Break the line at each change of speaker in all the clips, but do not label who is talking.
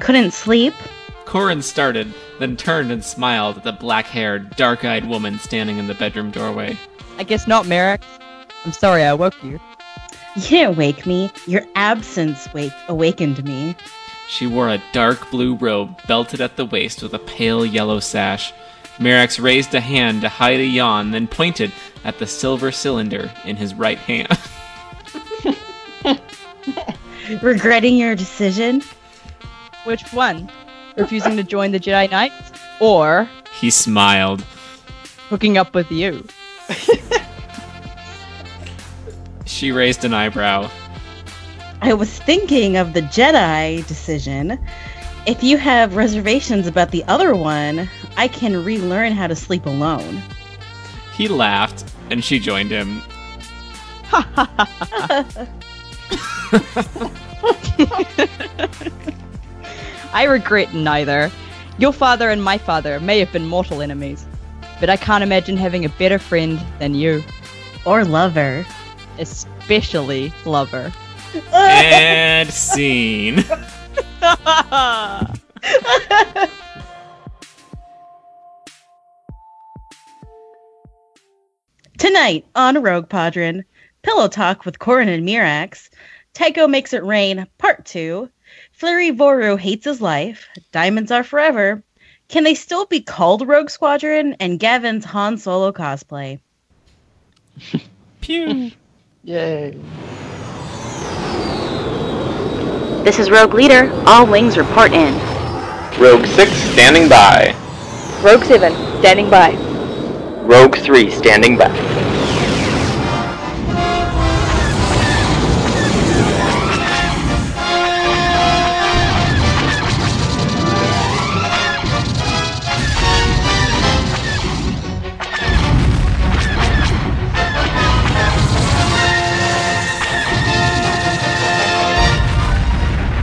Couldn't sleep?
Corin started, then turned and smiled at the black haired, dark eyed woman standing in the bedroom doorway.
I guess not, Merrick. I'm sorry I woke you.
You didn't wake me. Your absence wake- awakened me.
She wore a dark blue robe belted at the waist with a pale yellow sash. Merrick's raised a hand to hide a yawn, then pointed at the silver cylinder in his right hand.
Regretting your decision?
Which one? Refusing to join the Jedi Knights or
he smiled.
hooking up with you?
She raised an eyebrow.
I was thinking of the Jedi decision. If you have reservations about the other one, I can relearn how to sleep alone.
He laughed, and she joined him.
I regret neither. Your father and my father may have been mortal enemies, but I can't imagine having a better friend than you,
Or lover.
especially lover.
And scene.
Tonight on Rogue Padron, Pillow Talk with Corin and Mirax, Tycho Makes It Rain, Part 2, Fleury Voru Hates His Life, Diamonds Are Forever, Can They Still Be Called Rogue Squadron, and Gavin's Han Solo cosplay.
Pew.
Yay.
This is Rogue Leader. All wings report in.
Rogue 6 standing by.
Rogue 7, standing by.
Rogue 3 standing by.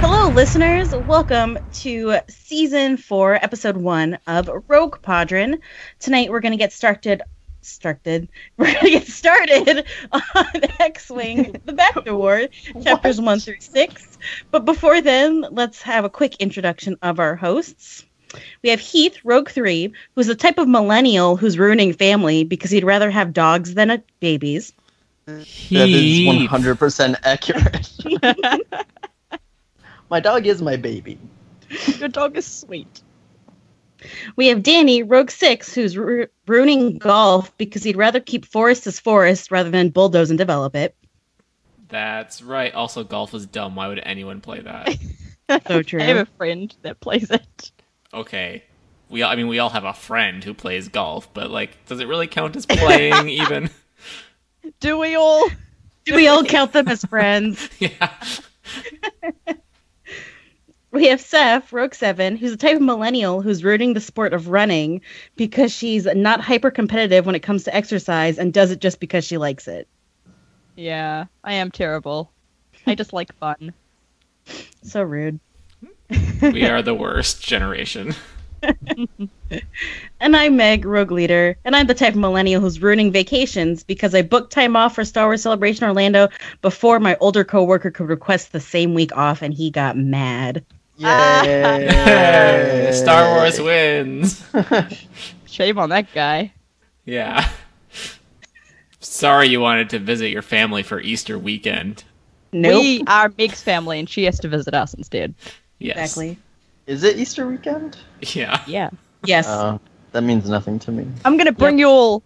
Hello, listeners. Welcome to season four, episode one of Rogue Padron. Tonight, we're going to get started. Started. We're going to get started on X Wing The Back War, chapters one through six. But before then, let's have a quick introduction of our hosts. We have Heath, Rogue 3, who's the type of millennial who's ruining family because he'd rather have dogs than a babies.
That is
Heat.
100% accurate. my dog is my baby.
Your dog is sweet.
We have Danny, Rogue Six, who's ru- ruining golf because he'd rather keep forest as forest rather than bulldoze and develop it.
That's right. Also, golf is dumb. Why would anyone play that?
So true.
I have a friend that plays it.
Okay. We all, I mean, we all have a friend who plays golf, but like, does it really count as playing even?
Do we all?
Do we all count them as friends?
yeah.
We have Seth, Rogue Seven, who's the type of millennial who's ruining the sport of running because she's not hyper competitive when it comes to exercise and does it just because she likes it.
Yeah, I am terrible. I just like fun.
So rude.
We are the worst generation.
And I'm Meg, Rogue Leader, and I'm the type of millennial who's ruining vacations because I booked time off for Star Wars Celebration Orlando before my older coworker could request the same week off and he got mad.
Ah.
Yay.
Star Wars wins.
Shame on that guy.
Yeah. Sorry you wanted to visit your family for Easter weekend.
Nope.
We are Meg's family, and she has to visit us instead.
Yes.
Exactly.
Is it Easter weekend?
Yeah.
Yeah,
Yes.
Oh, that means nothing to me.
I'm gonna bring you all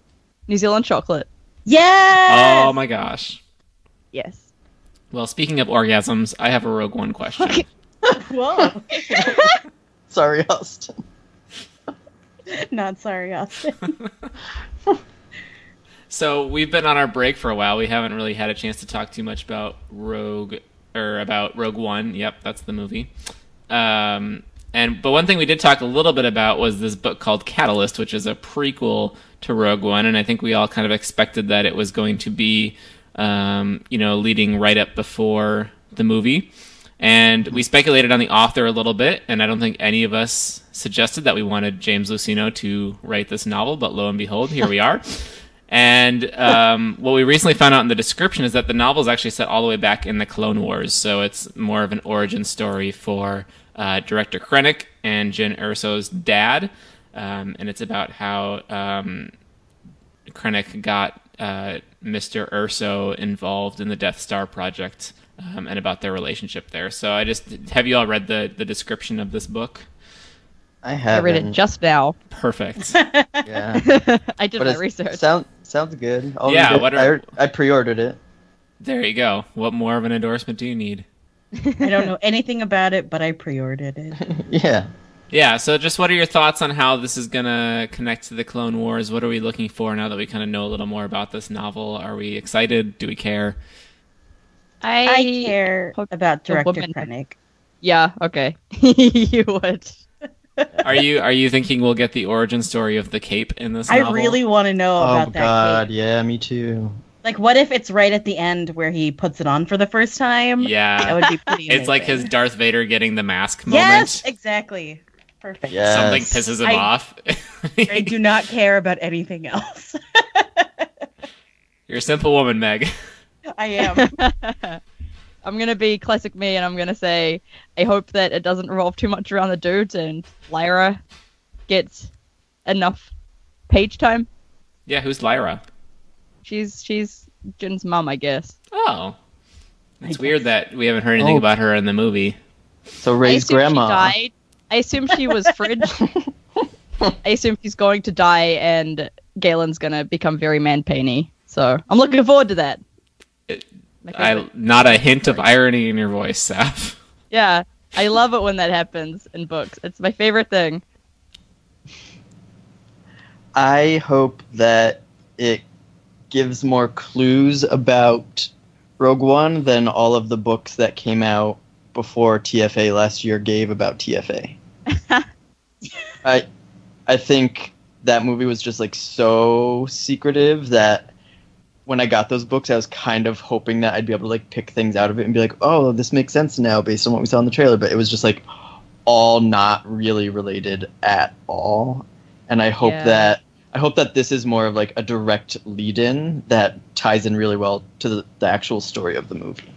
New Zealand chocolate.
yes.
Oh my gosh.
Yes.
Well, speaking of orgasms, I have a Rogue One question.
Whoa.
Sorry, Austin.
Not sorry, Austin.
So we've been on our break for a while. We haven't really had a chance to talk too much about Rogue or about Rogue One. Yep, that's the movie. Um, and but one thing we did talk a little bit about was this book called Catalyst, which is a prequel to Rogue One, and I think we all kind of expected that it was going to be, um, you know, leading right up before the movie. And we speculated on the author a little bit, and I don't think any of us suggested that we wanted James Lucino to write this novel, but lo and behold, here we are. And um, what we recently found out in the description is that the novel is actually set all the way back in the Clone Wars, so it's more of an origin story for uh, director Krennic and Jin Erso's dad, um, and it's about how um, Krennic got uh, Mr. Urso involved in the Death Star project um, and about their relationship there. So I just have you all read the the description of this book?
I
I
haven't.
read it just now.
Perfect.
Yeah.
I did
But
my
it
research.
Sound, sounds good. I'll
Yeah,
read it.
what are-
I, I pre-ordered it.
there you go. What more of an endorsement do you need?
I don't know anything about it, but I pre-ordered it.
Yeah.
Yeah, so just what are your thoughts on how this is going to connect to the Clone Wars? What are we looking for now that we kind of know a little more about this novel? Are we excited? Do we care?
I,
I care
hope
about
the
director
woman-
Krennic.
Yeah. Okay. you would.
Are you are you thinking we'll get the origin story of the cape in this
I
novel?
really want to know
Oh
about that.
god,
cape.
yeah, me too.
Like, what if it's right at the end where he puts it on for the first time? that
Yeah.
would be pretty.
It's like his
amazing.
Darth Vader getting the mask moment.
Yes, exactly. Perfect.
Yes.
Something pisses him
I-
off.
I do not care about anything else.
You're a simple woman, Meg.
I am.
I'm gonna be classic me, and I'm gonna say I hope that it doesn't revolve too much around the dudes, and Lyra gets enough page time.
Yeah, who's Lyra?
She's she's Jin's mum, I guess.
Oh. It's weird that we haven't heard anything
Oh.
about her in the movie.
So
I
Ray's
assume
grandma.
She died. I assume she was fridge. I assume she's going to die, and Galen's gonna become very man painy. So I'm looking forward to that.
It-
My favorite.
I, not a hint of irony in your voice, Saf.
Yeah, I love it when that happens in books. It's my favorite thing.
I hope that it gives more clues about Rogue One than all of the books that came out before TFA last year gave about TFA. I I think that movie was just like so secretive that when I got those books I was kind of hoping that I'd be able to like pick things out of it and be like, "Oh, this makes sense now based on what we saw in the trailer," but it was just like all not really related at all. And I hope
Yeah.
that I hope that this is more of like a direct lead-in that ties in really well to the, the actual story of the movie.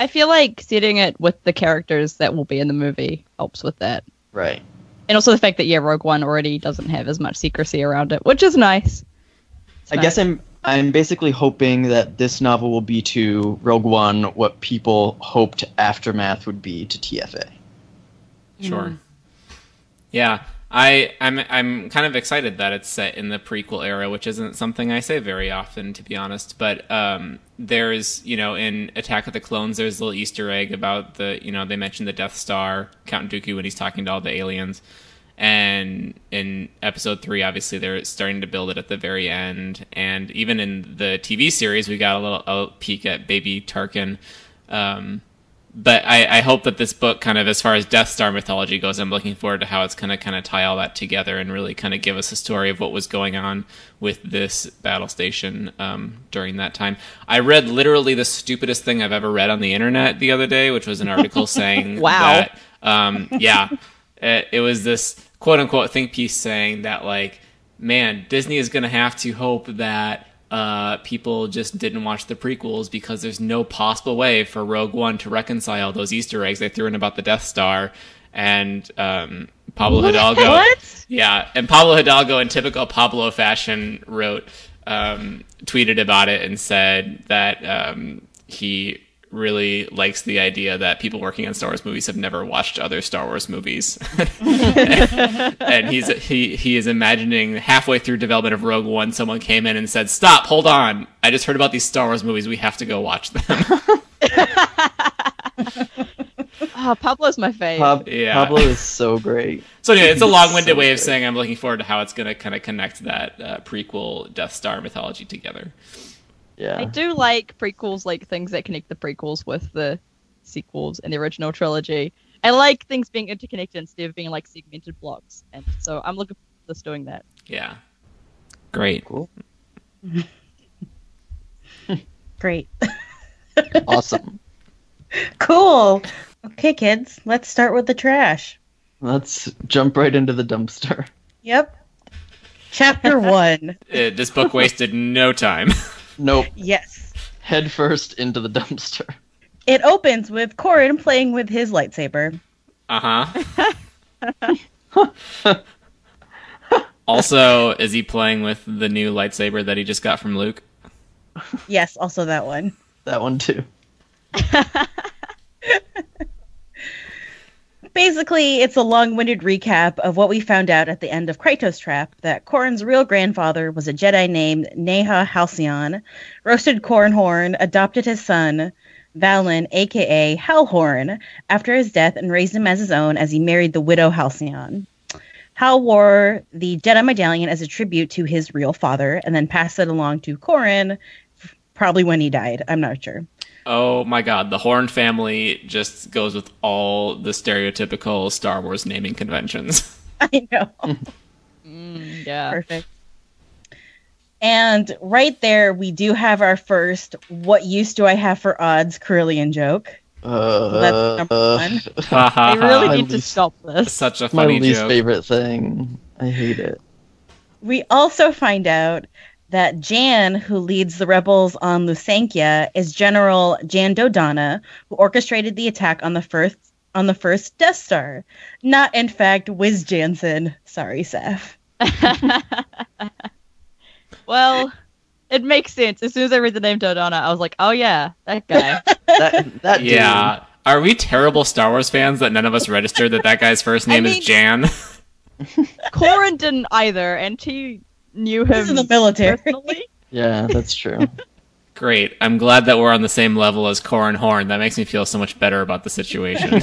I feel like setting it with the characters that will be in the movie helps with that.
Right.
And also the fact that yeah, Rogue One already doesn't have as much secrecy around it, which is nice. It's
I
nice.
guess I'm I'm basically hoping that this novel will be to Rogue One what people hoped Aftermath would be to TFA.
Sure. Yeah, I I'm I'm kind of excited that it's set in the prequel era, which isn't something I say very often, to be honest. But um, there's you know in Attack of the Clones, there's a little Easter egg about the you know they mentioned the Death Star, Count Dooku when he's talking to all the aliens, and in Episode three, obviously they're starting to build it at the very end, and even in the TV series, we got a little a peek at Baby Tarkin. Um, but I, I hope that this book kind of as far as death star mythology goes i'm looking forward to how it's going to kind of tie all that together and really kind of give us a story of what was going on with this battle station um, during that time i read literally the stupidest thing i've ever read on the internet the other day which was an article saying
Wow.
that um, yeah it, it was this quote unquote think piece saying that like man disney is going to have to hope that uh, people just didn't watch the prequels because there's no possible way for Rogue One to reconcile those Easter eggs they threw in about the Death Star and um, Pablo Hidalgo.
What?
Yeah, and Pablo Hidalgo, in typical Pablo fashion, wrote, um, tweeted about it and said that um, he really likes the idea that people working on Star Wars movies have never watched other Star Wars movies. and he's he he is imagining halfway through development of Rogue One, someone came in and said, "Stop, hold on! I just heard about these Star Wars movies. We have to go watch them."
oh, Pablo's my fave.
Pab-
Yeah.
Pablo is so great.
so anyway, it's a long-winded
So
way of
good.
saying I'm looking forward to how it's going to kind of connect that uh, prequel Death Star mythology together.
I
Yeah.
do like prequels, like things that connect the prequels with the sequels and the original trilogy. I like things being interconnected instead of being like segmented blocks, and so I'm looking forward to this doing that.
Yeah, great.
Cool.
Great.
Awesome.
Cool. Okay, kids, let's start with the trash.
Let's jump right into the dumpster.
Yep. Chapter one.
Uh, this book wasted no time.
Nope.
Yes.
Head first into the dumpster.
It opens with Corin playing with his lightsaber.
Uh huh. also, is he playing with the new lightsaber that he just got from Luke?
Yes, also that one.
That one too.
Basically, it's a long-winded recap of what we found out at the end of Kratos Trap that Corrin's real grandfather was a Jedi named Neha Halcyon, roasted Cornhorn, adopted his son, Valen, aka Halhorn, after his death and raised him as his own as he married the widow Halcyon. Hal wore the Jedi medallion as a tribute to his real father and then passed it along to Corrin, f- probably when he died. I'm not sure.
Oh my god, the Horn family just goes with all the stereotypical Star Wars naming conventions.
I know.
Mm, yeah.
Perfect. And right there, we do have our first what use do I have for odds Carillion joke.
Uh,
That's number one.
Ha ha
They really
ha.
My
need to
least-
stop this.
Such a
my
funny
least
joke.
favorite thing. I hate it.
We also find out that Jan, who leads the rebels on Lusankia, is General Jan Dodonna, who orchestrated the attack on the first on the first Death Star. Not in fact Wiz Jansen. Sorry, Seth.
well, it makes sense. As soon as I read the name Dodona, I was like, oh yeah, that guy.
That that dude.
Yeah. Are we terrible Star Wars fans that none of us registered that that guy's first
I
name
mean-
is Jan?
Corin didn't either, and he knew
This
him
is the military.
personally.
Yeah, that's true.
Great. I'm glad that we're on the same level as Corin Horn. That makes me feel so much better about the situation.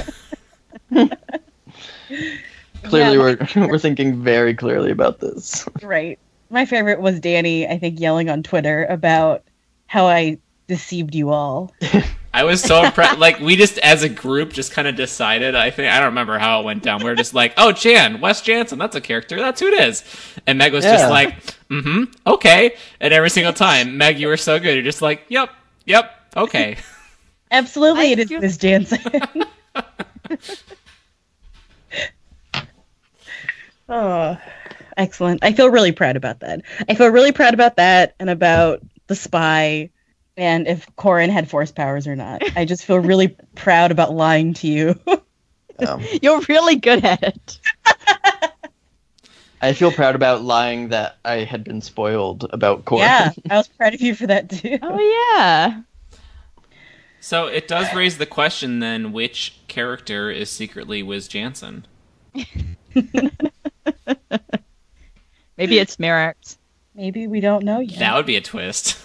clearly, we're we're thinking very clearly about this.
Right. My favorite was Danny, I think, yelling on Twitter about how I deceived you all.
I was so impressed. like we just, as a group, just kind of decided. I think I don't remember how it went down. We were just like, "Oh, Jan, Wes Jansen, that's a character. That's who it is." And Meg was
Yeah.
just like, "Mm-hmm, okay." And every single time, Meg, you were so good. You're just like, "Yep, yep, okay."
Absolutely,
I
it is
feel-
Miss Jansen. oh, excellent. I feel really proud about that. I feel really proud about that and about the spy and if Corin had force powers or not. I just feel really proud about lying to you.
Um,
You're really good at it.
I feel proud about lying that I had been spoiled about Corn.
yeah, I was proud of you for that too.
Oh yeah.
so it does raise the question then: which character is secretly Wiz Jansen?
Maybe it's Merrick's.
Maybe we don't know yet.
That would be a twist.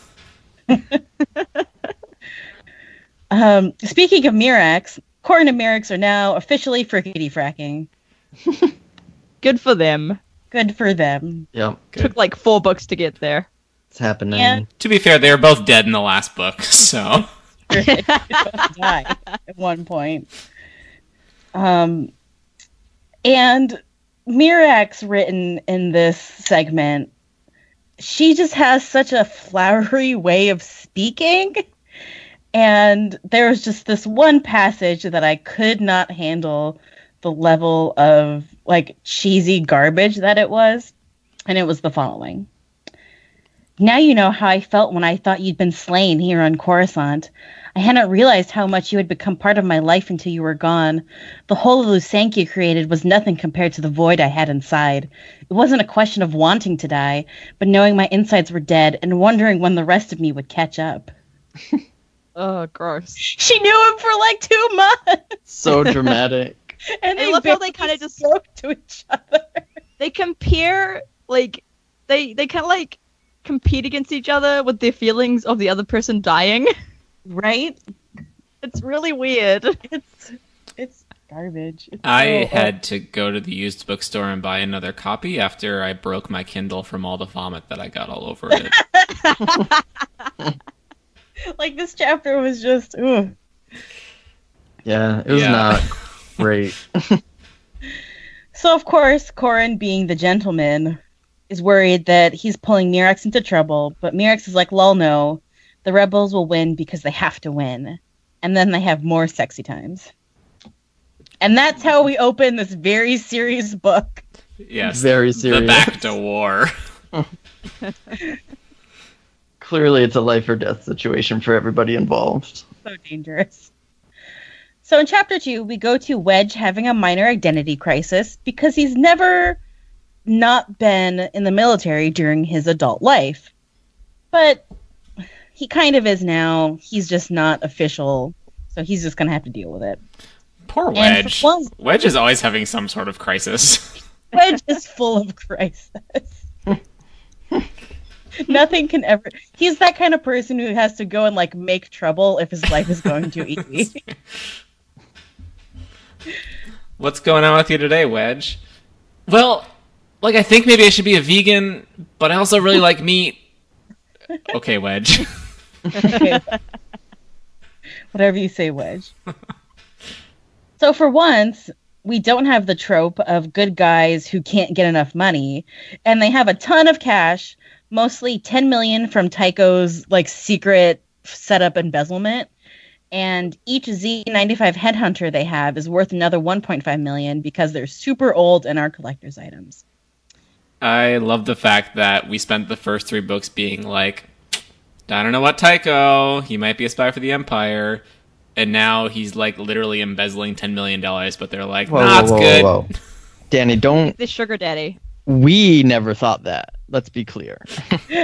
Um, speaking of Mirax, Corin and Mirax are now officially frickety fracking.
Good for them.
Good for them.
Yep,
Good.
Took like four books to get there.
it's happening.
Yeah.
To be fair, they were both dead in the last book, so
Die at one point. Um, and Mirax written in this segment, she just has such a flowery way of speaking. And there was just this one passage that I could not handle the level of like cheesy garbage that it was. And it was the following. Now you know how I felt when I thought you'd been slain here on Coruscant. I hadn't realized how much you had become part of my life until you were gone. The whole of Lusank you created was nothing compared to the void I had inside. It wasn't a question of wanting to die, but knowing my insides were dead and wondering when the rest of me would catch up.
Oh, gross.
She knew him for like two months,
So dramatic.
and
I
they
love how they
barely
kinda just-
spoke to each other.
They compare like they they kind of like compete against each other with their feelings of the other person dying.
Right?
It's really weird.
It's it's garbage. It's
I
Oh,
so-
had to go to the used bookstore and buy another copy after I broke my Kindle from all the vomit that I got all over it.
like this chapter was just. Ugh.
Yeah, it was
Yeah.
not great.
So, of course, Corin, being the gentleman, is worried that he's pulling Mirax into trouble, but Mirax is like, lol, no, the rebels will win because they have to win. And then they have more sexy times. And that's how we open this very serious book.
yes.
Very
The
serious.
back to war.
Clearly, it's a life or death situation for everybody involved.
So dangerous. So in chapter two, we go to Wedge having a minor identity crisis because he's never not been in the military during his adult life. But he kind of is now. He's just not official. So he's just going to have to deal with it.
Poor
And
Wedge.
for once-
Wedge is always having some sort of crisis.
Wedge is full of crisis. Nothing can ever. He's that kind of person who has to go and like make trouble if his life is going too easy.
What's going on with you today, Wedge? Well, like I think maybe I should be a vegan, but I also really like meat. Okay, Wedge.
Okay. Whatever you say, Wedge. So for once, we don't have the trope of good guys who can't get enough money, and they have a ton of cash, mostly 10 million from Tycho's like secret setup embezzlement. And each Z95 headhunter they have is worth another 1.5 million because they're super old and are collector's items.
I love the fact that we spent the first three books being like, I don't know what Tycho, he might be a spy for the Empire. And now he's like literally embezzling $10 million, but they're like,
Whoa,
nah,
whoa,
it's
whoa,
good.
whoa, whoa. Danny, don't.
This sugar daddy.
We never thought that. Let's be clear.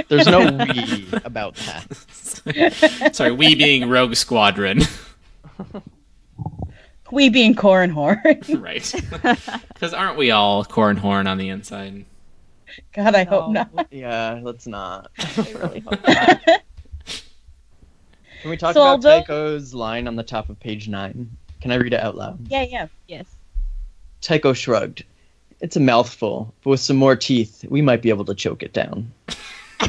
There's no we about that.
Sorry, we being Rogue Squadron.
We being Corin Horn.
right. Because aren't we all corn horn on the inside?
God, I hope not.
Yeah, let's not.
I really hope
Can we talk
So
about
although-
Tycho's line on the top of page nine? Can I read it out loud?
Yeah, yeah.
yes.
Tycho shrugged. It's a mouthful, but with some more teeth, we might be able to choke it down.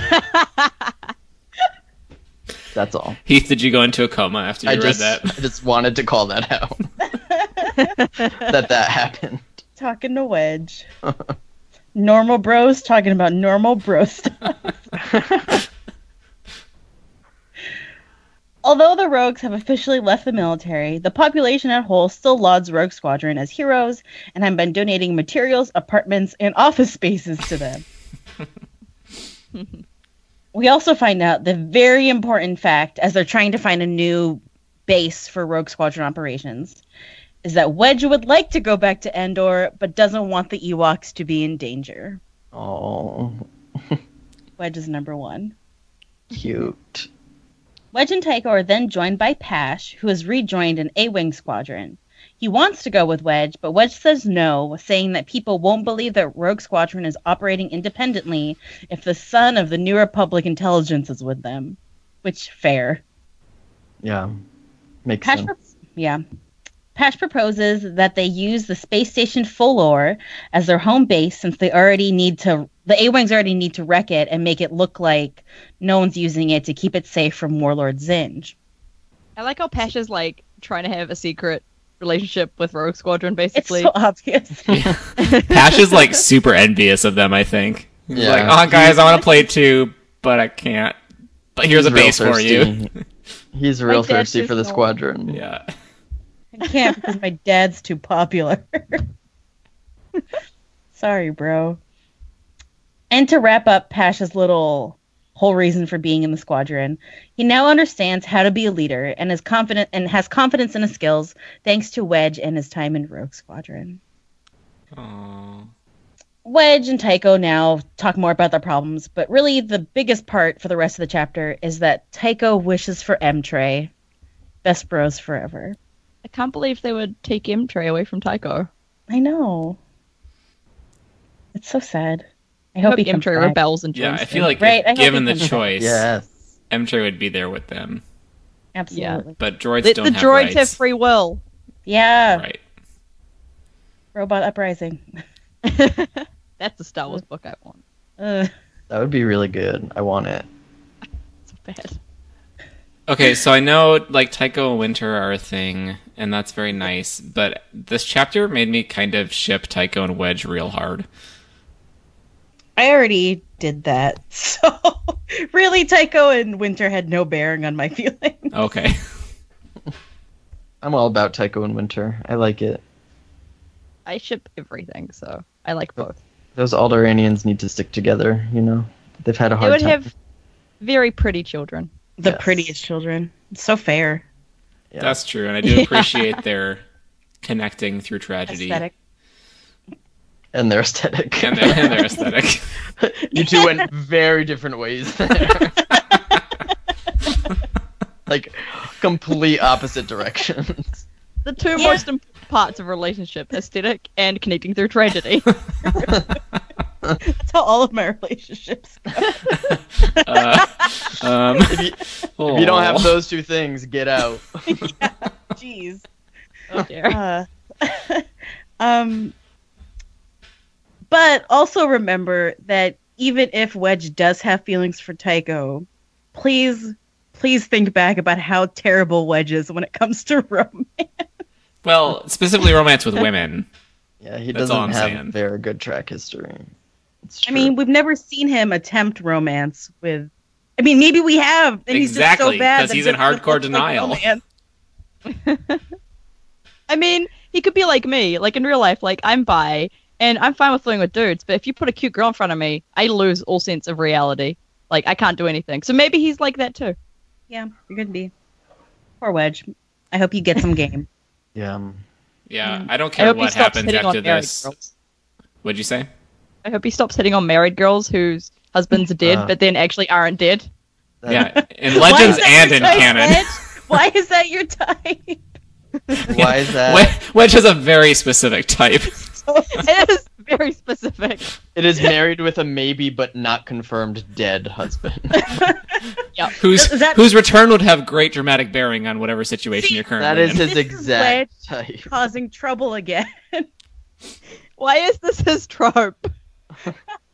That's all.
Heath, did you go into a coma after you
I
read
just,
that?
I just wanted to call that out that that happened.
talking to Wedge. normal bros talking about normal bro stuff. Although the rogues have officially left the military, the population at whole still lauds Rogue Squadron as heroes and have been donating materials, apartments, and office spaces to them. we also find out the very important fact as they're trying to find a new base for Rogue Squadron operations is that Wedge would like to go back to Endor, but doesn't want the Ewoks to be in danger.
Oh,
Wedge is number one.
cute.
Wedge and Tycho are then joined by Pash, who has rejoined an A Wing squadron. He wants to go with Wedge, but Wedge says no, saying that people won't believe that Rogue Squadron is operating independently if the son of the New Republic intelligence is with them. Which, fair.
Yeah, makes
Pash,
sense.
pro- yeah. Pash proposes that they use the space station Folor as their home base since they already need to, the A Wings already need to wreck it and make it look like no one's using it to keep it safe from Warlord Zinj.
I like how Pash is like trying to have a secret relationship with Rogue Squadron,
It's
basically.
so obvious.
Pash is like super envious of them, I think. He's
Yeah.
like, oh, guys, I want to play too, but I can't. But here's a
He's real
base for you.
thirsty. He's real
Like, that's
thirsty for the
just normal.
squadron.
Yeah.
I can't because my dad's too popular. Sorry, bro. And to wrap up Pash's little whole reason for being in the squadron, he now understands how to be a leader and is confident and has confidence in his skills thanks to Wedge and his time in Rogue Squadron.
Aw.
Wedge and Tycho now talk more about their problems, but really the biggest part for the rest of the chapter is that Tycho wishes for M Tray. Best bros forever.
I can't believe they would take M Tray away from Tycho.
I know. It's so sad. I
I
hope,
hope
he
M
comes
Tray
back.
rebels and joins.
Yeah, I
them.
feel like
Right, I hope
if
he
given the
comes back.
choice,
Yes.
M-Tray would be there with them.
Absolutely.
But droids
the,
don't
the
have
droids
rights.
have uh, free will.
Yeah.
Right.
Robot uprising.
That's the Star Wars book I want.
Ugh.
That would be really good. I want it.
So bad.
Okay, so I know like Tycho and Winter are a thing, and that's very nice. But this chapter made me kind of ship Tycho and Wedge real hard.
I already did that. So really, Tycho and Winter had no bearing on my feelings.
Okay,
I'm all about Tycho and Winter. I like it.
I ship everything, so I like both.
Those Alderanians need to stick together, you know? They've had a
They
hard
would
time.
have very pretty children.
The
Yes.
prettiest children. It's so fair.
Yeah.
That's true, and I do appreciate their connecting through tragedy
aesthetic.
and their aesthetic.
And, their, and their aesthetic.
you two went very different ways there. like complete opposite directions.
The two most important parts of a relationship: aesthetic and connecting through tragedy.
That's how all of my relationships.
Uh, um, oh.
If you, if you don't have those two things, get out.
Jeez.
oh dear.
Uh, um, but also remember that even if Wedge does have feelings for Tycho, please, please think back about how terrible Wedge is when it comes to romance.
well, specifically romance with women.
Yeah, he
That's
doesn't
all I'm
have
saying.
very good track history. It's
I
true.
mean, we've never seen him attempt romance with. I mean, maybe we have, and he's just so
Exactly,
bad
'cause
that
he's in
it doesn't look
hardcore
like
denial.
romance.
I mean, he could be like me. Like in real life, like I'm bi and I'm fine with flirting with dudes, but if you put a cute girl in front of me, I lose all sense of reality. Like I can't do anything. So maybe he's like that too.
Yeah, you're gonna be poor Wedge. I hope you get some game.
yeah. um,
Yeah, I don't
Mm. I
care
hope he
what
stops
happens
hitting
after
on married
this.
girls.
What'd you say?
I hope he stops hitting on married girls whose husbands are dead,
Uh.
but then actually aren't dead.
that-
Yeah, in
Why
Legends
is that
and
your
in
type,
canon.
Wedge? Why is that your type?
Why is that?
Wed- Wedge has a very specific type.
it is very specific.
It is married with a maybe but not confirmed dead husband.
whose
Is that-
whose return would have great dramatic bearing on whatever situation you're currently
that is
in.
his
This is
exact type.
Causing trouble again.
Why is this his trope?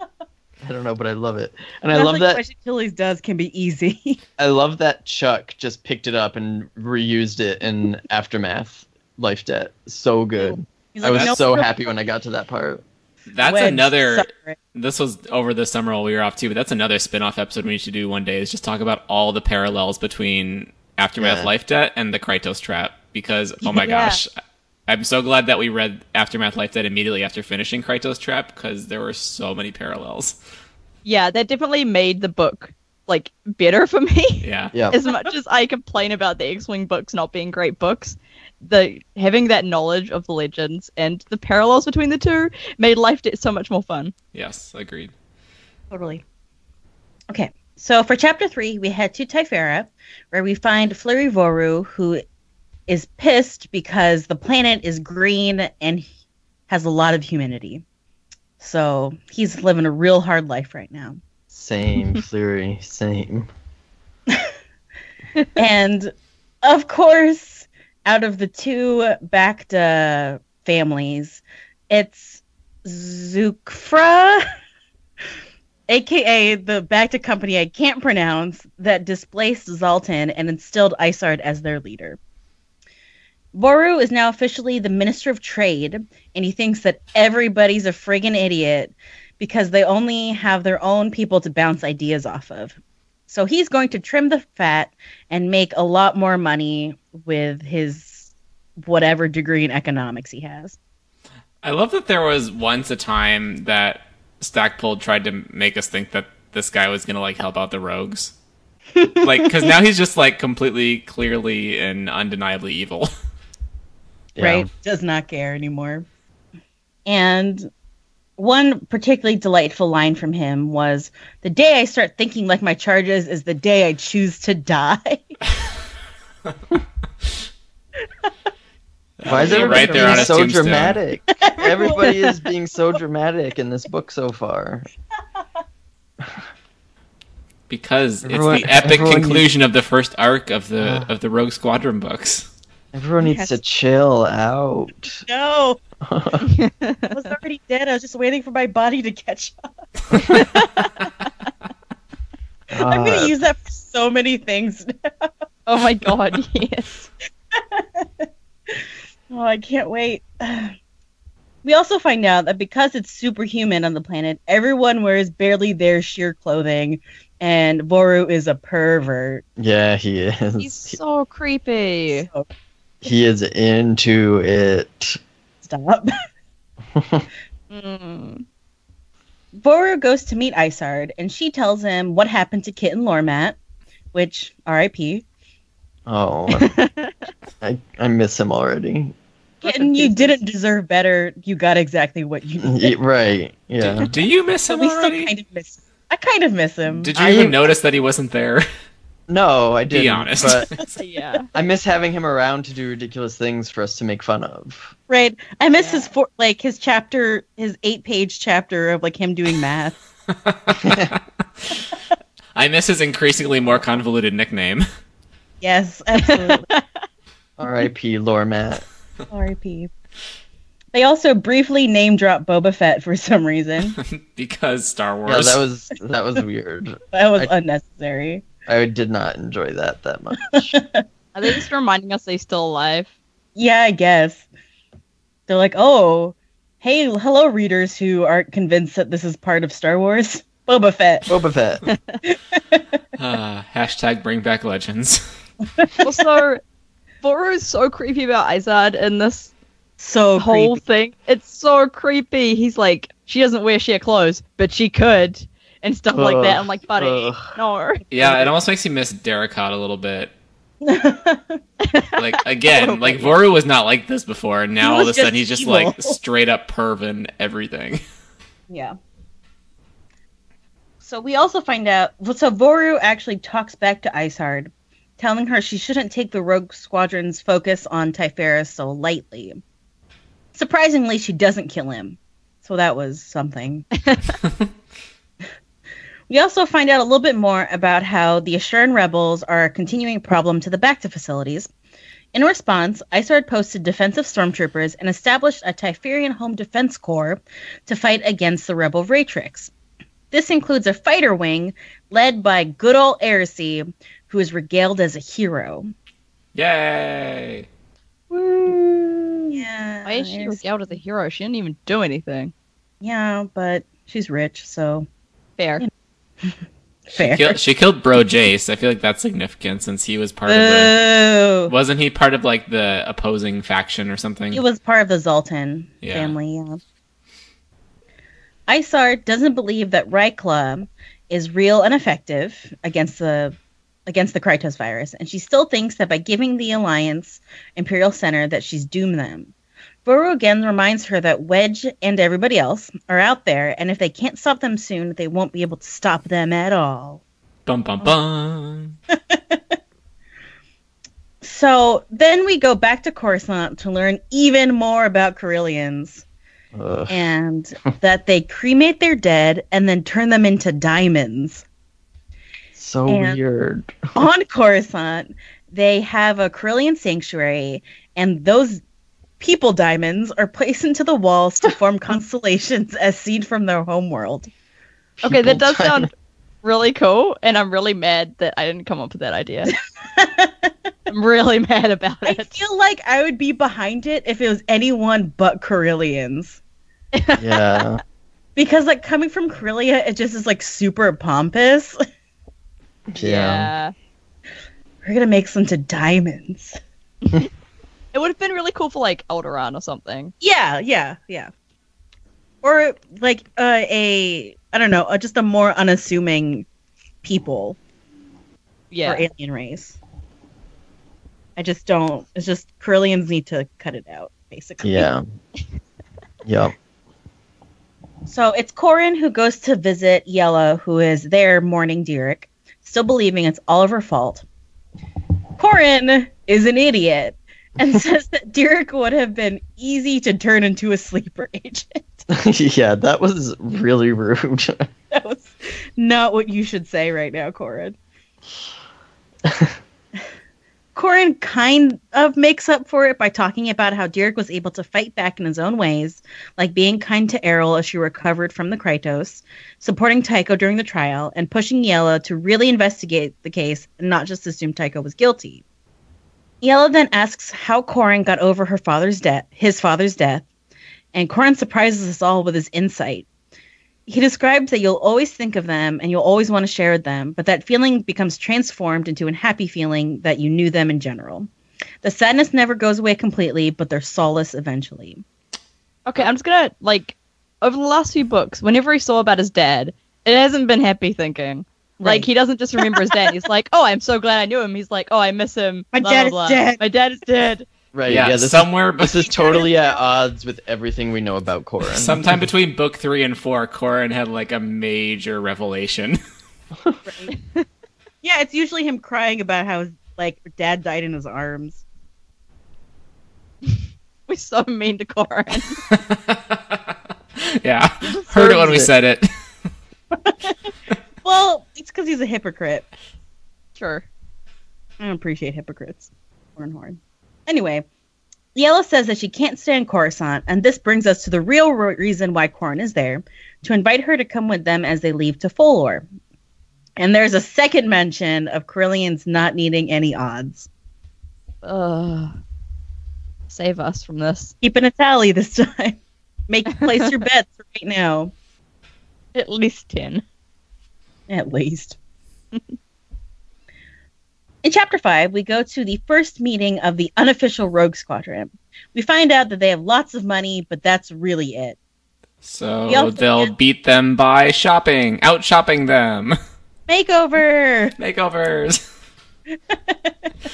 I don't know, but I love it, and I
That's
love
like
that.
What Achilles does can be easy.
I love that Chuck just picked it up and reused it in Aftermath Life Debt. So good.
He's
I was
like, "No,
so
no,
happy when I got to that part.
That's
Wedge,
another.
sorry."
This was over the summer while we were off too, but that's another spin-off episode we should do one day. Is just talk about all the parallels between Aftermath
Yeah.
Life Debt and the Kratos Trap because oh my
Yeah.
gosh, I'm so glad that we read Aftermath Life Debt immediately after finishing Kratos Trap because there were so many parallels.
Yeah, that definitely made the book like better for me.
Yeah,
Yeah.
as much as I complain about the X-wing books not being great books, the having that knowledge of the legends and the parallels between the two made life Debt so much more fun.
yes, agreed.
Totally. Okay. So for chapter three, we head to Typhara, where we find Fleuryvoru, who is pissed because the planet is green and he- has a lot of humidity. So he's living a real hard life right now.
Same, Fleury, same.
and of course, out of the two Bacta families, it's Zukfra, aka the Bacta company I can't pronounce, that displaced Zaltan and instilled Isard as their leader. Boru is now officially the Minister of Trade, and he thinks that everybody's a friggin' idiot because they only have their own people to bounce ideas off of. So he's going to trim the fat and make a lot more money with his whatever degree in economics he has.
I love that there was once a time that Stackpole tried to make us think that this guy was gonna like help out the rogues, like because now he's just like completely, clearly, and undeniably evil.
Yeah.
right? Does not care anymore. And one particularly delightful line from him was The day I start thinking like my charges is the day I choose to die.
Why is
Yeah,
everybody
right there on
being
his
so
tombstone.
dramatic? everybody is being so dramatic in this book so far.
Because
Everyone-
it's the epic
everyone
conclusion of the first arc of the of the Rogue Squadron books.
Everyone needs
Yes.
to chill out.
no, I was already dead. I was just waiting for my body to catch up. I'm going
God.
to use that for so many things.
oh my god, yes.
Oh, I can't wait. We also find out that because it's superhuman on the planet, everyone wears barely their sheer clothing, and Boru is a pervert.
Yeah, he is.
He's so creepy.
So
He is into it.
stop.
Mm.
Boru goes to meet Isard, and she tells him what happened to Kit and Lormat, which, RIP.
Oh, I, I miss him already.
And you didn't deserve better. You got exactly what you
Y- right. Yeah.
Do, do you miss
So
him
we still
already?
kind of miss him. I kind of miss him.
Did you
I-
even notice that he wasn't there?
No, I didn't.
Be honest.
But
yeah.
I miss having him around to do ridiculous things for us to make fun of.
right. I miss
Yeah.
his four, like his chapter, his eight page chapter of like him doing math.
I miss his increasingly more convoluted nickname.
yes, absolutely.
R.I.P. Lormat.
R.I.P. They also briefly name drop Boba Fett for some reason.
because Star
Yeah,
Wars.
that was that was weird.
That was
I-
unnecessary.
I did not enjoy that that much.
Are they just reminding us they're still alive?
Yeah, I guess. They're like, oh, hey, hello, readers who aren't convinced that this is part of Star Wars. Boba Fett.
Boba Fett.
Ah, hashtag bring back legends.
Also, Boru's so creepy about Izard in this
So
whole
creepy.
thing. It's so creepy. He's like, she doesn't wear sheer clothes, but she could, and stuff like that. I'm like, buddy,
Ugh.
no.
Yeah, it almost makes you miss Derricott a little bit. Like again, like Voru was not like this before, and now
He
all of a
was
sudden
just
he's just
evil.
like straight up perv and everything.
yeah. So we also find out. So Voru actually talks back to Isard, telling her she shouldn't take the Rogue Squadron's focus on Typhara so lightly. Surprisingly, she doesn't kill him. So that was something. we also find out a little bit more about how the Assuran rebels are a continuing problem to the Bacta facilities. In response, ISARD posted defensive stormtroopers and established a Typharian home defense corps to fight against the rebel Ratrix. This includes a fighter wing led by good ol' Erisy, who is regaled as a hero.
Yay!
Yeah.
Why is she regaled as a hero? She didn't even do anything.
Yeah, but she's rich, so
Fair.
fair.
Kill, she killed Bro Jace. I feel like that's significant since he was part of the.
Boo!
Wasn't he part of like the opposing faction or something?
Uh, He was part of the Zoltan
Yeah.
family. Yeah. Isar doesn't believe that Rykla is real and effective against the against the Krytos virus, and she still thinks that by giving the Alliance Imperial Center that she's doomed them. Boru again reminds her that Wedge and everybody else are out there, and if they can't stop them soon, they won't be able to stop them at all.
Bum bum bum.
So then we go back to Coruscant to learn even more about Carillions.
Ugh.
and that they cremate their dead and then turn them into diamonds.
So
And-
weird.
On Coruscant, they have a Carillion sanctuary, and those people diamonds are placed into the walls to form constellations as seen from their homeworld.
Okay, that
People
does
trying-
sound really cool, and I'm really mad that I didn't come up with that idea. I'm really mad about
I
it.
feel like I would be behind it if it was anyone but Carillions.
Yeah.
Because like coming from Carillia, it just is like super pompous.
Yeah.
We're gonna make some to diamonds.
It would have been really cool for like Alderaan or something.
Yeah, yeah, yeah. Or like uh, a I don't know, uh, just a more unassuming people
Yeah.
or alien race. I just don't. It's just Carillions need to cut it out, basically.
Yeah. Yep.
So it's Corin who goes to visit Yella, who is there mourning Derek, still believing it's all of her fault. Corin is an idiot and says that Derek would have been easy to turn into a sleeper agent.
yeah, that was really rude.
That was not what you should say right now, Corin. Corin kind of makes up for it by talking about how Derek was able to fight back in his own ways, like being kind to Errol as she recovered from the Krytos, supporting Tycho during the trial, and pushing Yella to really investigate the case and not just assume Tycho was guilty. Yella then asks how Corin got over her father's death, his father's death, and Corin surprises us all with his insight he describes that you'll always think of them and you'll always want to share them, but that feeling becomes transformed into an happy feeling that you knew them in general. The sadness never goes away completely, but there's solace eventually.
Okay, I'm just gonna like over the last few books, whenever I saw about his dad, it hasn't been happy thinking. Like he doesn't just remember his dad. He's like, oh, I'm so glad I knew him. He's like, oh, I miss him.
My
blah,
dad
blah,
is
blah.
dead.
My dad is dead.
Right.
yeah,
Yeah. this, is,
somewhere
this is totally at odds with everything we know about Corin.
sometime between book three and four, Corin had like a major revelation.
yeah, it's usually him crying about how his like dad died in his arms.
We're so mean to Corin.
yeah, heard it when we
it.
said it.
Well, it's because he's a hypocrite.
sure.
I don't appreciate hypocrites. Hornhorn. Anyway, Yella says that she can't stand Coruscant, and this brings us to the real re- reason why Corrin is there to invite her to come with them as they leave to Folor. And there's a second mention of Corellians not needing any odds.
Ugh. Save us from this.
Keeping a tally this time. Make place your bets right now,
At least ten.
at least. In chapter five, we go to the first meeting of the unofficial Rogue Squadron. We find out that they have lots of money, but that's really it. We
So
also
they'll
get-
beat them by shopping, out shopping them,
makeover.
makeovers.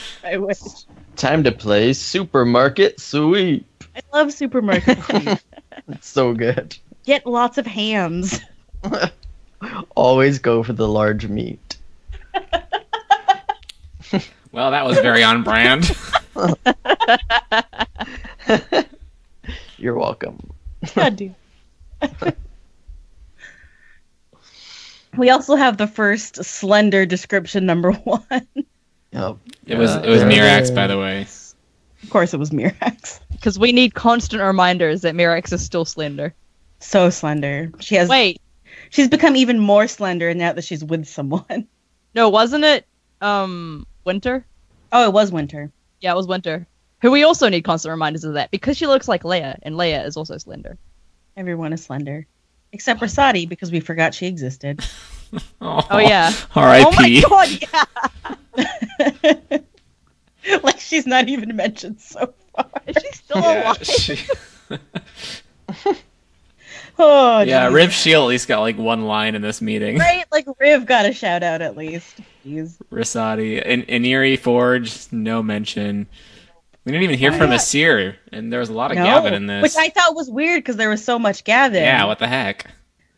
I wish.
Time to play supermarket sweep.
I love supermarket.
It's so good.
Get lots of hams.
Always go for the large meat.
Well, that was very on brand.
You're welcome.
God damn. we also have the first slender description number one.
Yep.
It was it was
Yeah.
Mirax, by the way.
Of course, it was Mirax.
Because we need constant reminders that Mirax is still slender.
So slender. She has.
Wait,
She's become even more slender now that she's with someone.
no, wasn't it um winter?
Oh, it was Winter.
Yeah, it was winter. Who we also need constant reminders of that because she looks like Leia, and Leia is also slender.
Everyone is slender, except Rasadi because we forgot she existed.
Oh yeah. Oh my
R.I.P.
god, yeah.
like she's not even mentioned so far.
Is she still
yeah,
alive?
she,
Oh,
yeah,
geez.
Riv Shield at least got like one line in this meeting.
right? Like Riv got a shout out at least. Jeez.
Rasadi and Iniri Forge, no mention. We didn't even hear from Asir, and there was a lot of Gavin in this.
which I thought was weird because there was so much Gavin.
yeah, what the heck?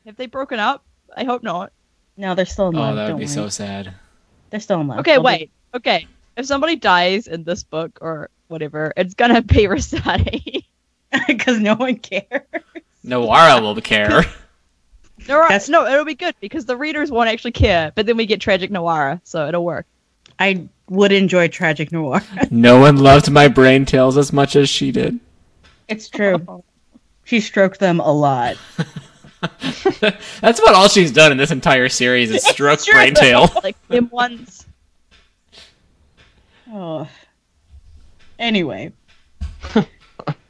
Have they broken up? I hope not.
No, they're still in love.
oh, that would
Don't
be
worry.
so sad.
They're still in love.
Okay,
They'll be-
wait. Okay. If somebody dies in this book or whatever, it's gonna be Rasati.
Because no one cares.
Noara will care.
Noara,
That's-
no, it'll be good because the readers won't actually care, but then we get tragic Noara, so it'll work.
I would enjoy tragic noir.
no one loved my brain tails as much as she did.
it's true. she stroked them a lot.
That's about all she's done in this entire series is stroke
true.
brain tail.
Like him once.
Oh. Anyway.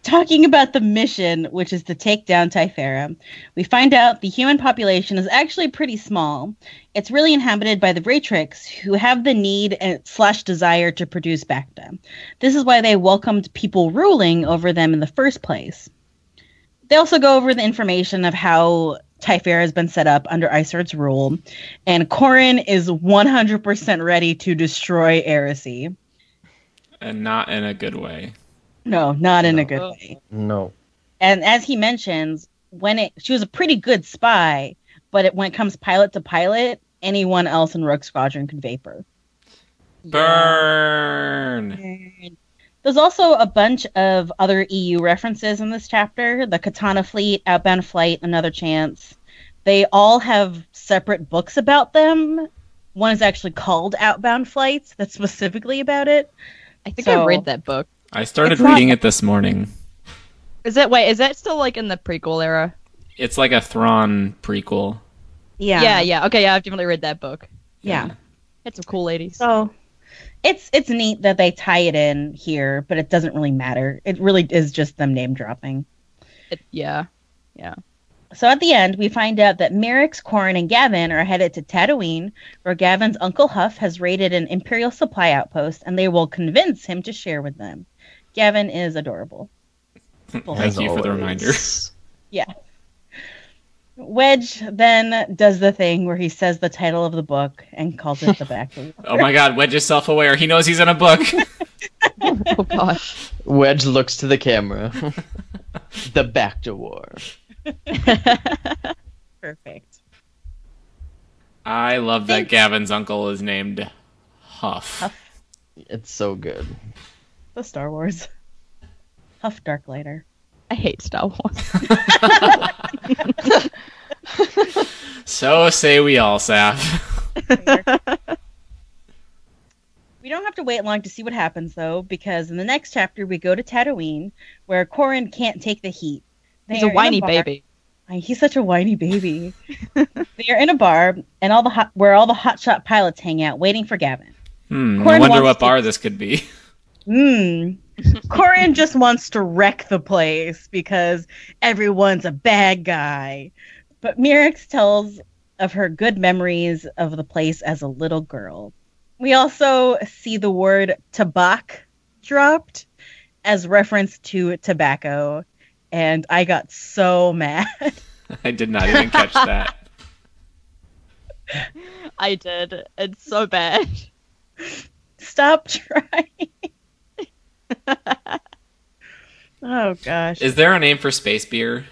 Talking about the mission, which is to take down Typhara, we find out the human population is actually pretty small. It's really inhabited by the Ratrix, who have the need and slash desire to produce Bacta. This is why they welcomed people ruling over them in the first place. They also go over the information of how Typhara has been set up under Isert's rule, and Corin is 100% ready to destroy Erisy.
And not in a good way.
No, not in a good
Oh.
way.
No.
And as he mentions, when it she was a pretty good spy, but it, when it comes pilot to pilot, anyone else in Rogue Squadron can vapor.
Burn.
There's also a bunch of other EU references in this chapter: the Katana Fleet, Outbound Flight, Another Chance. They all have separate books about them. One is actually called Outbound Flights, that's specifically about it.
I think I
So-
read that book.
I started
It's not-
reading it this morning.
Is that wait, is that still like in the prequel era?
It's like a Thrawn prequel.
Yeah,
yeah, Okay, yeah, I've definitely read that book.
yeah.
Had some cool ladies.
So it's it's neat that they tie it in here, but it doesn't really matter. It really is just them name dropping.
It- yeah.
So at the end, we find out that Merrick's, Corrin, and Gavin are headed to Tatooine, where Gavin's Uncle Huff has raided an Imperial supply outpost, and they will convince him to share with them. Gavin is adorable.
Thank you for the
always.
reminder.
Yeah. Wedge then does the thing where he says the title of the book and calls it the back. of the
Oh my god, Wedge is self aware. He knows he's in a book.
Oh gosh.
Wedge looks to the camera. the back door.
Perfect.
I love that
Thanks.
Gavin's uncle is named Huff.
Huff.
It's so good.
The Star Wars. Huff Darklighter.
I hate Star Wars.
So say we all, Saf.
We don't have to wait long to see what happens, though, because in the next chapter we go to Tatooine, where Corrin can't take the heat. They
He's a
are in
whiny
bar-
baby.
Ay, He's such a whiny baby. they are in a bar, and all the hot, where all the hotshot pilots hang out, waiting for Gavin.
Hmm, I
Corn
wonder
wants
what
to-
bar this could be.
Hmm. Corrin just wants to wreck the place because everyone's a bad guy. But Mirix tells of her good memories of the place as a little girl. We also see the word tabak dropped as reference to tobacco, and I got so mad.
I did not even catch that.
I did. It's so bad.
Stop trying. oh gosh.
Is there a name for space beer?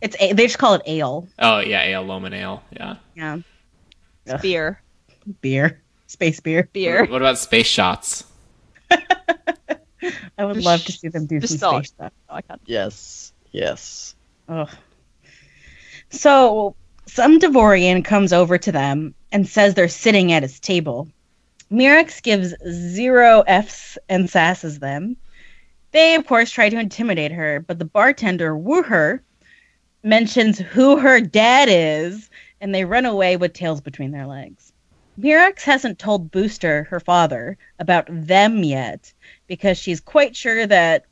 It's a- they just call it ale.
Oh yeah, ale, Loman ale. Yeah.
Yeah. Ugh.
Beer.
Beer. Space beer.
Beer.
What about space shots?
I would love to see them do
Just
some
salt.
space stuff.
Oh, I can't.
Yes. Yes.
Ugh. So some Devorian comes over to them and says they're sitting at his table. Mirix gives zero Fs and sasses them. They, of course, try to intimidate her, but the bartender, Woo her, mentions who her dad is, and they run away with tails between their legs. Mirix hasn't told Booster, her father, about them yet because she's quite sure that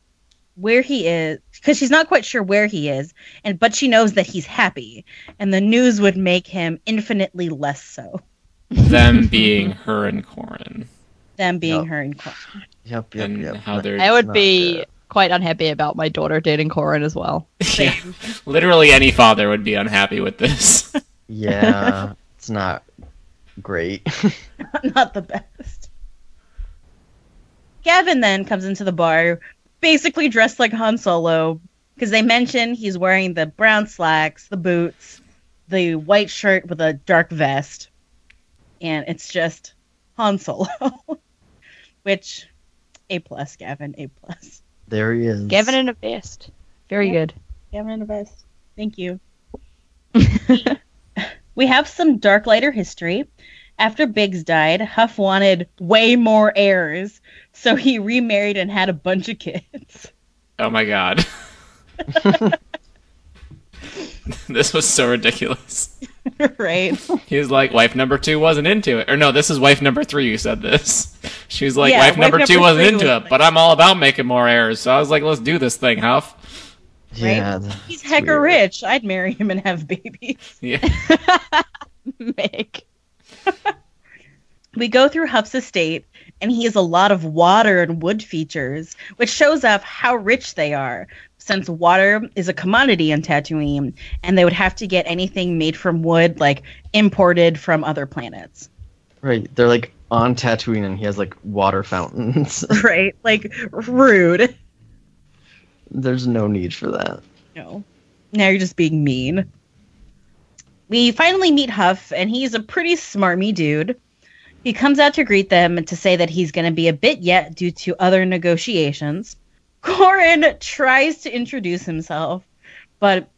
where he is, because she's not quite sure where he is, and but she knows that he's happy, and the news would make him infinitely less so.
Them being her and Corin,
Them being
Yep.
her and Cor-
Yep. Yep.
and
yep.
how they're
I would
not
be
good.
quite unhappy about my daughter dating Corin as well.
Yeah. literally any father would be unhappy with this.
Yeah. it's not great.
not the best. Gavin then comes into the bar, basically dressed like Han Solo, because they mention he's wearing the brown slacks, the boots, the white shirt with a dark vest, and it's just Han Solo, which a plus, Gavin, a plus.
there he is.
Gavin in a vest. Very good.
Gavin and Vest. Thank you. we have some Darklighter history. After Biggs died, Huff wanted way more heirs, so he remarried and had a bunch of kids.
Oh my god. this was so ridiculous.
right?
He was like, wife number two wasn't into it. Or no, this is wife number three who said this. She was like,
Yeah,
wife,
wife
number,
number
two wasn't
three
into
was
it,
like-
but I'm all about making more errors. So I was like, let's do this thing, Huff.
Yeah.
He's hecker
weird.
rich. I'd marry him and have babies.
Yeah.
Meg.
We go through Huff's estate, and he has a lot of water and wood features, which shows off how rich they are, since water is a commodity in Tatooine, and they would have to get anything made from wood, like imported from other planets.
Right. They're like on Tatooine and he has like water fountains.
right? Like rude.
There's no need for that.
No. Now you're just being mean. We finally meet Huff, and he's a pretty smarmy dude. He comes out to greet them and to say that he's going to be a bit yet due to other negotiations. Corin tries to introduce himself, but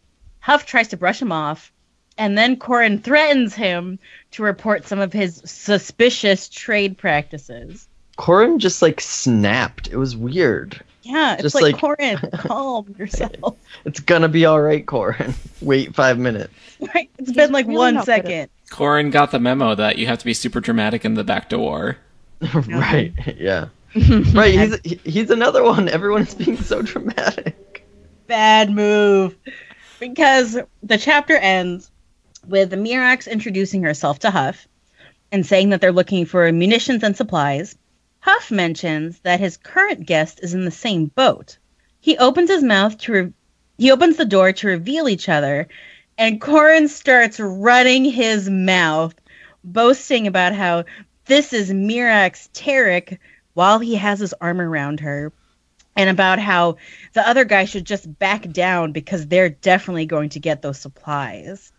Huff tries to brush him off, and then Corin threatens him to report some of his suspicious trade practices.
Corin just like snapped. It was weird.
Yeah, it's
Just
like,
like-
Corin, calm yourself.
It's gonna be all right, Corin. Wait five minutes.
Right? It's been like
really
one
not good at-
second.
Corin got the memo that you have to be super dramatic in the back door.
right. Yeah. Right. He's he- he's another one. Everyone is being so dramatic.
Bad move. Because the chapter ends with Mirax introducing herself to Huff and saying that they're looking for munitions and supplies. Huff mentions that his current guest is in the same boat. He opens his mouth to re- he opens the door to reveal each other and Corin starts running his mouth, boasting about how this is Mirax Tarek while he has his arm around her, and about how the other guy should just back down because they're definitely going to get those supplies.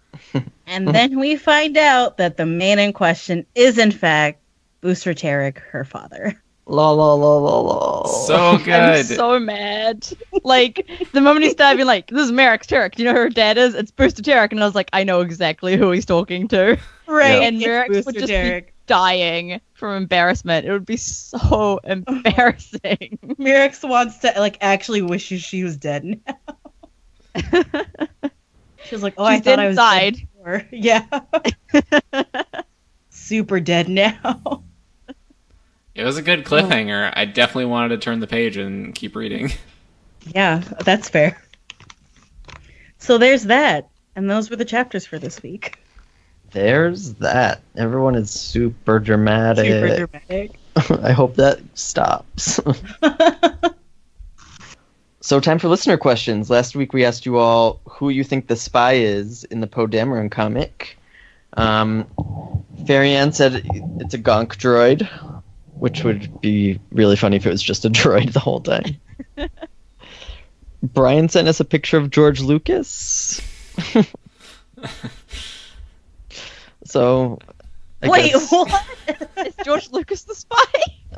and then we find out that the man in question is, in fact, Booster Tarek, her father.
La la la la
Oh,
la.
So
I'm
good.
so mad. Like the moment he started being like, "This is Merrick Tarek. Do you know who her dad is? It's Booster Tarek." And I was like, "I know exactly who he's talking to."
Right.
And Merrick would just be- Dying from embarrassment. It would be so embarrassing.
Mirix wants to like actually wishes she was dead. Now. She's like, oh, I thought
She's dead
I was
inside."
dead before." Yeah, super dead now.
It was a
Oh.
good cliffhanger. I definitely wanted to turn the page and keep reading.
yeah, that's fair. So there's that, and those were the chapters for this week.
There's that. Everyone is super dramatic.
Super dramatic.
I hope that stops. so, time for listener questions. Last week we asked you all who you think the spy is in the Poe Dameron comic. Um, Farian said it's a gonk droid, which would be really funny if it was just a droid the whole time. Brian sent us a picture of George Lucas. so, I
Wait,
guess-
what?
is George Lucas the spy?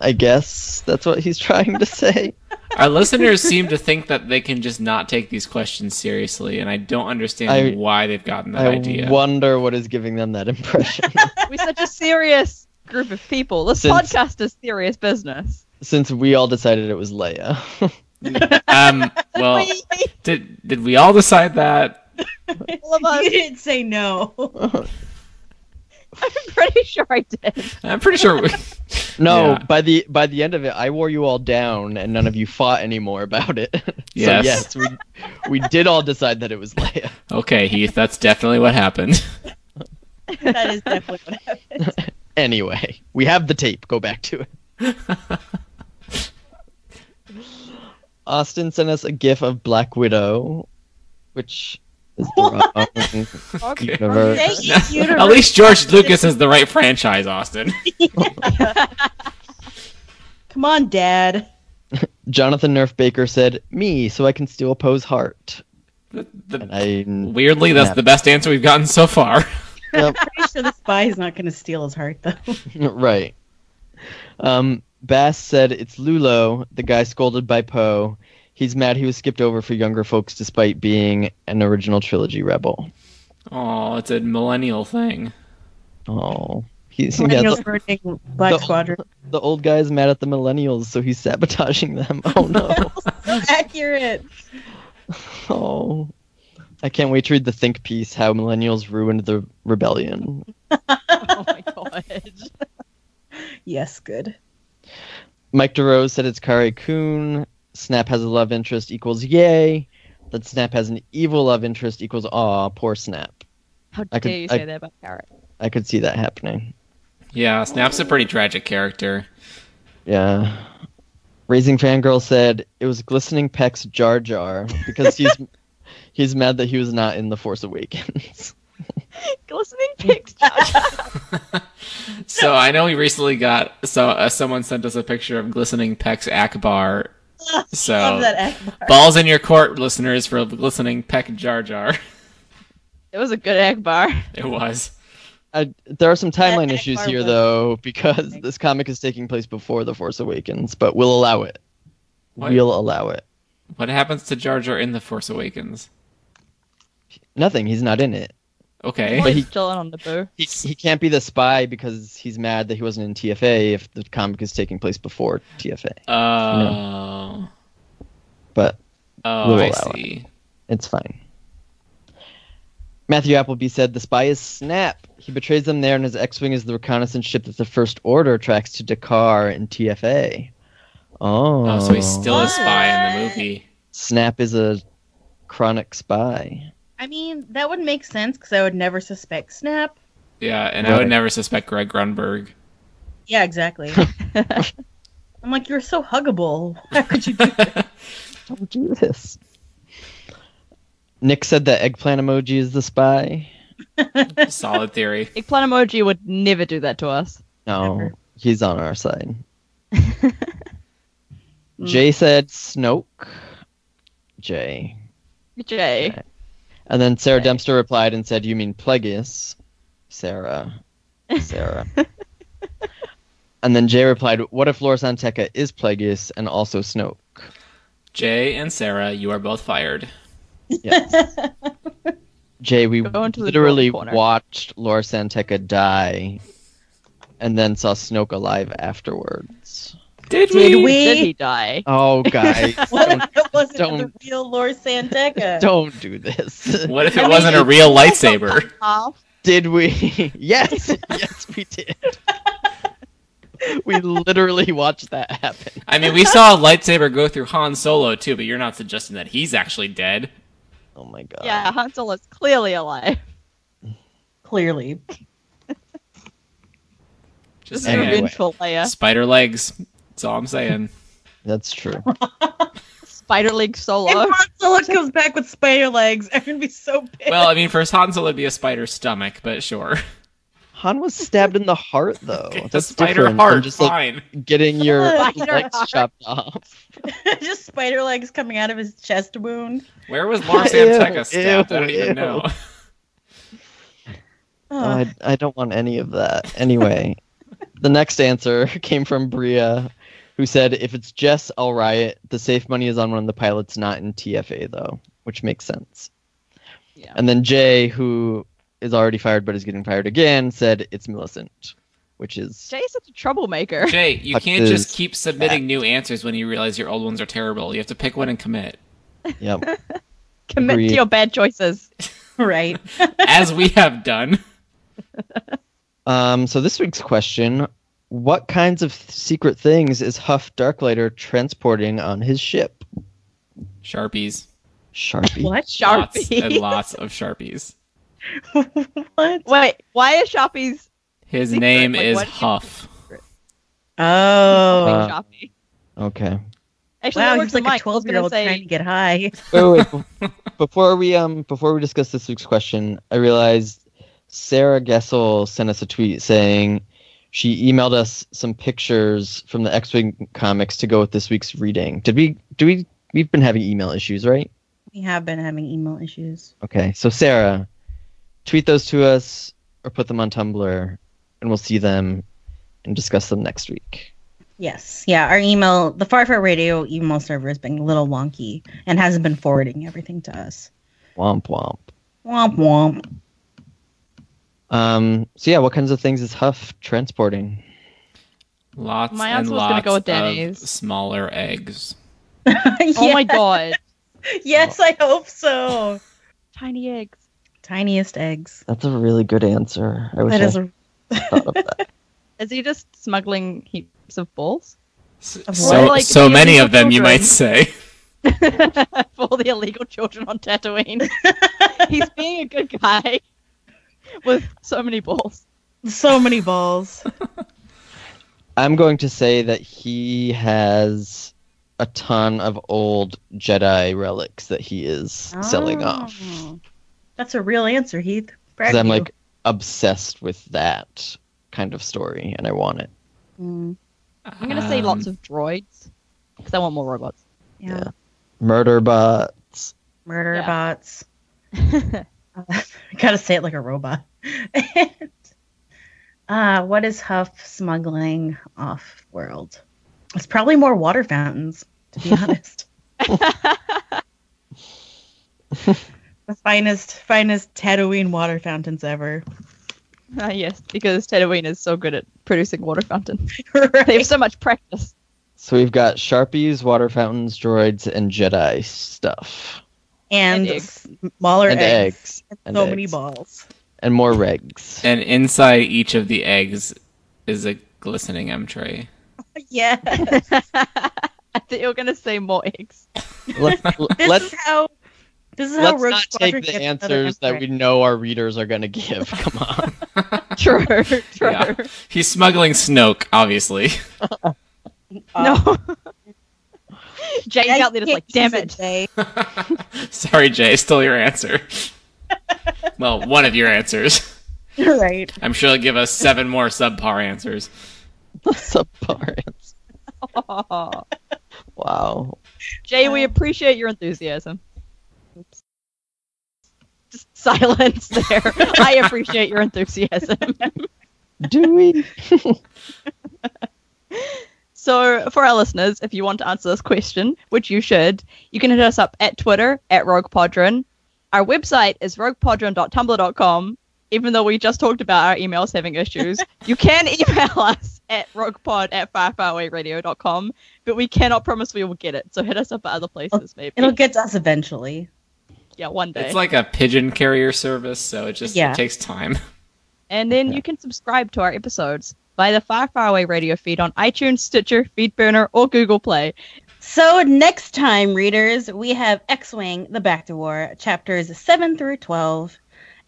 I guess that's what he's trying to say.
Our listeners seem to think that they can just not take these questions seriously, and I don't understand
I-
why they've gotten that
I
idea.
wonder what is giving them that impression.
We're such a serious group of people. This
Since-
podcast is serious business.
Since we all decided it was Leia.
um, well, did did we all decide that?
All of us.
You didn't say no.
I'm pretty sure I did.
I'm pretty sure. We,
no,
Yeah.
by the by the end of it, I wore you all down, and none of you fought anymore about it. so
Yes.
yes, we we did all decide that it was Leia.
okay, Heath, that's definitely what happened.
That is definitely what happened.
Anyway, we have the tape. Go back to it. Austin sent us a gif of Black Widow, which is the wrong
Okay.
universe.
Thank you,
At
universe.
least George Lucas is the right franchise, Austin.
Come on, Dad.
Jonathan Nerf Baker said, "Me, so I can steal Poe's heart."
The- the-
And I
weirdly, that's
Yeah.
the best answer we've gotten so far.
Yep,
Pretty sure the spy is not going to steal his heart though.
right. Um, Bass said it's Lulo, the guy scolded by Poe. He's mad he was skipped over for younger folks despite being an original trilogy rebel.
Oh, it's a millennial thing.
Oh, he's yeah,
Millennials
the,
burning Black
The-
Squadron.
the old guy is mad at the millennials, so he's sabotaging them. Oh no!
So accurate.
oh, I can't wait to read the think piece how millennials ruined the rebellion.
Oh my god.
Yes, good.
Mike DeRose said it's Kari Kuhn. Snap has a love interest equals yay. That Snap has an evil love interest equals aw, poor Snap.
How dare
I could-
you
I-
say that about Carrot?
I could see that happening.
Yeah, Snap's a pretty tragic character.
Yeah. Raising Fangirl said it was glistening Peck's Jar Jar because he's he's mad that he was not in The Force Awakens.
Glistening pigs.
So I know we recently got so uh, someone sent us a picture of glistening Peck's Akbar.
Love
So
that Akbar.
balls in your court, listeners, for glistening Peck Jar Jar.
it was a good egg bar.
It was.
I, there are some timeline
Akbar
issues here
was-
though because this comic is taking place before The Force Awakens, but we'll allow it.
What?
We'll allow it.
What happens to Jar Jar in The Force Awakens?
Nothing. He's not in it.
Okay.
But
Boy,
he-
chilling on the boo.
He, he can't be the spy because he's mad that he wasn't in TFA if the comic is taking place before TFA.
Oh.
But
Oh,
We'll
I
allow it.
see.
it's fine. Matthew Appleby said the spy is Snap. He betrays them there, and his X-wing is the reconnaissance ship that the First Order tracks to Dakar in TFA. Oh,
Oh, so he's still a spy in the movie.
Snap is a chronic spy.
I mean, that would make sense because I would never suspect Snap.
Yeah, and I
Right.
would never suspect Greg Grunberg.
Yeah, exactly. I'm like, you're so huggable. How could you do
Don't do this. Nick said that eggplant emoji is the spy.
Solid theory.
Eggplant emoji would never do that to us.
No,
Never.
he's on our side. Jay said Snoke. Jay.
Jay.
And then Sarah
Okay.
Dempster replied and said, "You mean Plagueis, Sarah, Sarah." and then Jay replied, "What if Laura Santeca is Plagueis and also Snoke?"
Jay and Sarah, you are both fired.
Yes. Jay, we
Go into the
literally
corner.
watched Laura Santeca die, and then saw Snoke alive afterwards.
Did
Did we?
Did he die?
Oh, guys,
What
don't,
if it wasn't the
don't-
real Lord Santeca?
don't do this.
What if
I
it
mean,
wasn't a real lightsaber?
Half.
Did we? yes, yes, we did. we literally watched that happen.
I mean, we saw a lightsaber go through Han Solo too, but you're not suggesting that he's actually dead.
Oh my god.
Yeah, Han Solo's clearly alive.
Clearly.
Just
This is
saying.
Anyway.
Revengeful Leia.
Spider legs. That's all I'm saying.
That's true.
Spider League
If
Solo.
Han Solo comes back with spider legs, I'm gonna be so pissed.
Well, I mean, first Han Solo would be a spider stomach, but sure.
Han was stabbed in the heart though.
Okay, a
Oh, That's
spider
different than
heart,
just like
fine.
getting your
Spider
legs
heart.
chopped off.
Just spider legs coming out of his chest wound.
Where was Lars
Ew,
Santeca stabbed? I don't
ew,
even
ew.
know.
Ugh.
I, I don't want any of that. Anyway, the next answer came from Bria, who said, "If it's Jess, I'll riot. The safe money is on one of the pilots, not in TFA though, which makes sense."
Yeah.
And then Jay, who is already fired but is getting fired again, said, "It's Millicent," which is
Jay's such a troublemaker.
Jay, you
Fuck
can't just
this
keep submitting new answers when you realize your old ones are terrible. You have to pick one and commit.
yep.
Commit
Agreed.
to your bad choices.
Right.
As we have done.
Um, so this week's question: What kinds of th- secret things is Huff Darklighter transporting on his ship?
Sharpies.
Sharpie.
What?
Lots and
Sharpie.
lots of Sharpies.
what?
Wait, why are Sharpies
His
Secret,
name
like,
is
what-
Huff.
Oh.
Uh,
Wait, Sharpie?
Okay.
Actually, that
wow, he's like
works with
a
Mike. I was
12 year
gonna
old
say,
trying to get high.
Wait, wait, wait. bef- before we um before we discuss this week's question, I realized Sarah Gessel sent us a tweet saying she emailed us some pictures from the X-Wing comics to go with this week's reading. Did we? Do we? We've been having email issues, right?
We have been having email issues.
Okay, so Sarah, tweet those to us or put them on Tumblr, and we'll see them and discuss them next week.
Yes. Yeah. Our email, the Farfar Radio email server has been a little wonky and hasn't been forwarding everything to us.
Womp womp.
Womp womp.
Um, so yeah, what kinds of things is Huff transporting?
Lots
My
and
answer was gonna
lots
go with
of
Denny's.
smaller eggs.
Oh my god.
Yes, I hope so.
Tiny eggs.
Tiniest eggs.
That's a really good answer. I wish
That is
I
a
thought of that.
Is he just smuggling heaps of balls?
S-
Of
So,
what? Like,
so
the
many of
illegal
them, you
children.
might say.
for all the illegal children on Tatooine. He's being a good guy with so many balls.
so many balls.
I'm going to say that he has a ton of old Jedi relics that he is selling off.
Oh. That's a real answer, Heath. Brag
Because I'm
you.
like obsessed with that kind of story and I want it.
Mm,
I'm gonna say lots
Um,
of droids because I want more robots.
yeah.
Yeah. Murder bots.
Murder
Yeah.
bots. I gotta say it like a robot. uh, what is Huff smuggling off world? It's probably more water fountains, to be honest. the finest, finest Tatooine water fountains ever.
Ah, yes, because Tatooine is so good at producing water fountains. They have
Right?
so much practice.
So we've got sharpies, water fountains, droids, and Jedi stuff,
And,
And eggs.
smaller
and
eggs.
eggs,
And
and
so many
eggs.
balls.
and more regs.
And inside each of the eggs is a glistening M tray.
Yeah.
I think you're gonna say more eggs.
Let, us
This
let's
is how. This is how
let's
Rogue
not
Squadron
take the
gets another
answers that
Empire.
we know our readers are going to give. Come on.
True, true.
Yeah. He's smuggling Snoke, obviously.
No. Jay's
I
out there just
can't
like, damn
use
it.
Jay.
Sorry, Jay, still your answer. well, one of your answers.
right.
I'm sure he'll give us seven more subpar answers.
That's a part.
Aw.
Wow.
Jay, we appreciate your enthusiasm. Oops. Just silence there. I appreciate your enthusiasm.
Do we?
So, for our listeners, if you want to answer this question, which you should, you can hit us up at Twitter at RoguePodron. Our website is roguepodron.tumblr.com. Even though we just talked about our emails having issues, you can email us at roguepod at farfarawayradio.com, but we cannot promise we will get it. So hit us up at other places, maybe.
It'll get to us eventually.
yeah, one day.
It's like a pigeon carrier service, so it just it
Yeah.
takes time.
And then you can subscribe to our episodes via the Far Far Away Radio feed on iTunes, Stitcher, FeedBurner, or Google Play.
So next time, readers, we have X-Wing: The Back to War, chapters seven through twelve.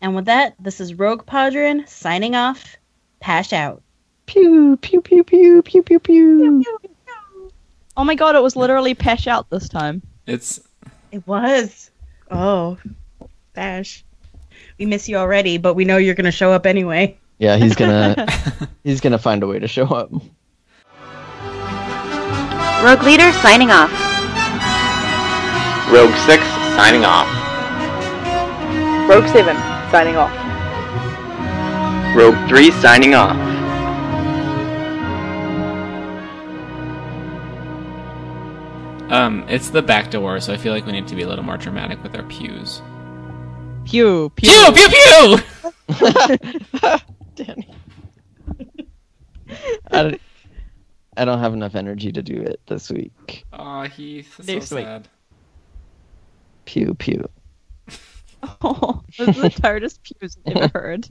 And with that, this is Rogue Podrin signing off. Pash out.
Pew pew pew pew pew pew pew.
Oh my god, it was literally Pesh Out this time.
It's
It was. Oh, Pash. We miss you already, but we know you're gonna show up anyway.
Yeah, he's gonna he's gonna find a way to show up.
Rogue Leader signing off.
Rogue 6 signing off.
Rogue 7 signing off.
Rogue 3 signing off.
um, it's the back door, so I feel like we need to be a little more dramatic with our pews.
Pew, pew.
Pew pew pew.
Danny. I don't, I don't have enough energy to do it this week.
Aw, Heath, that's
Next
so
week.
sad.
Pew pew.
Oh, those are the tiredest pews I've ever heard.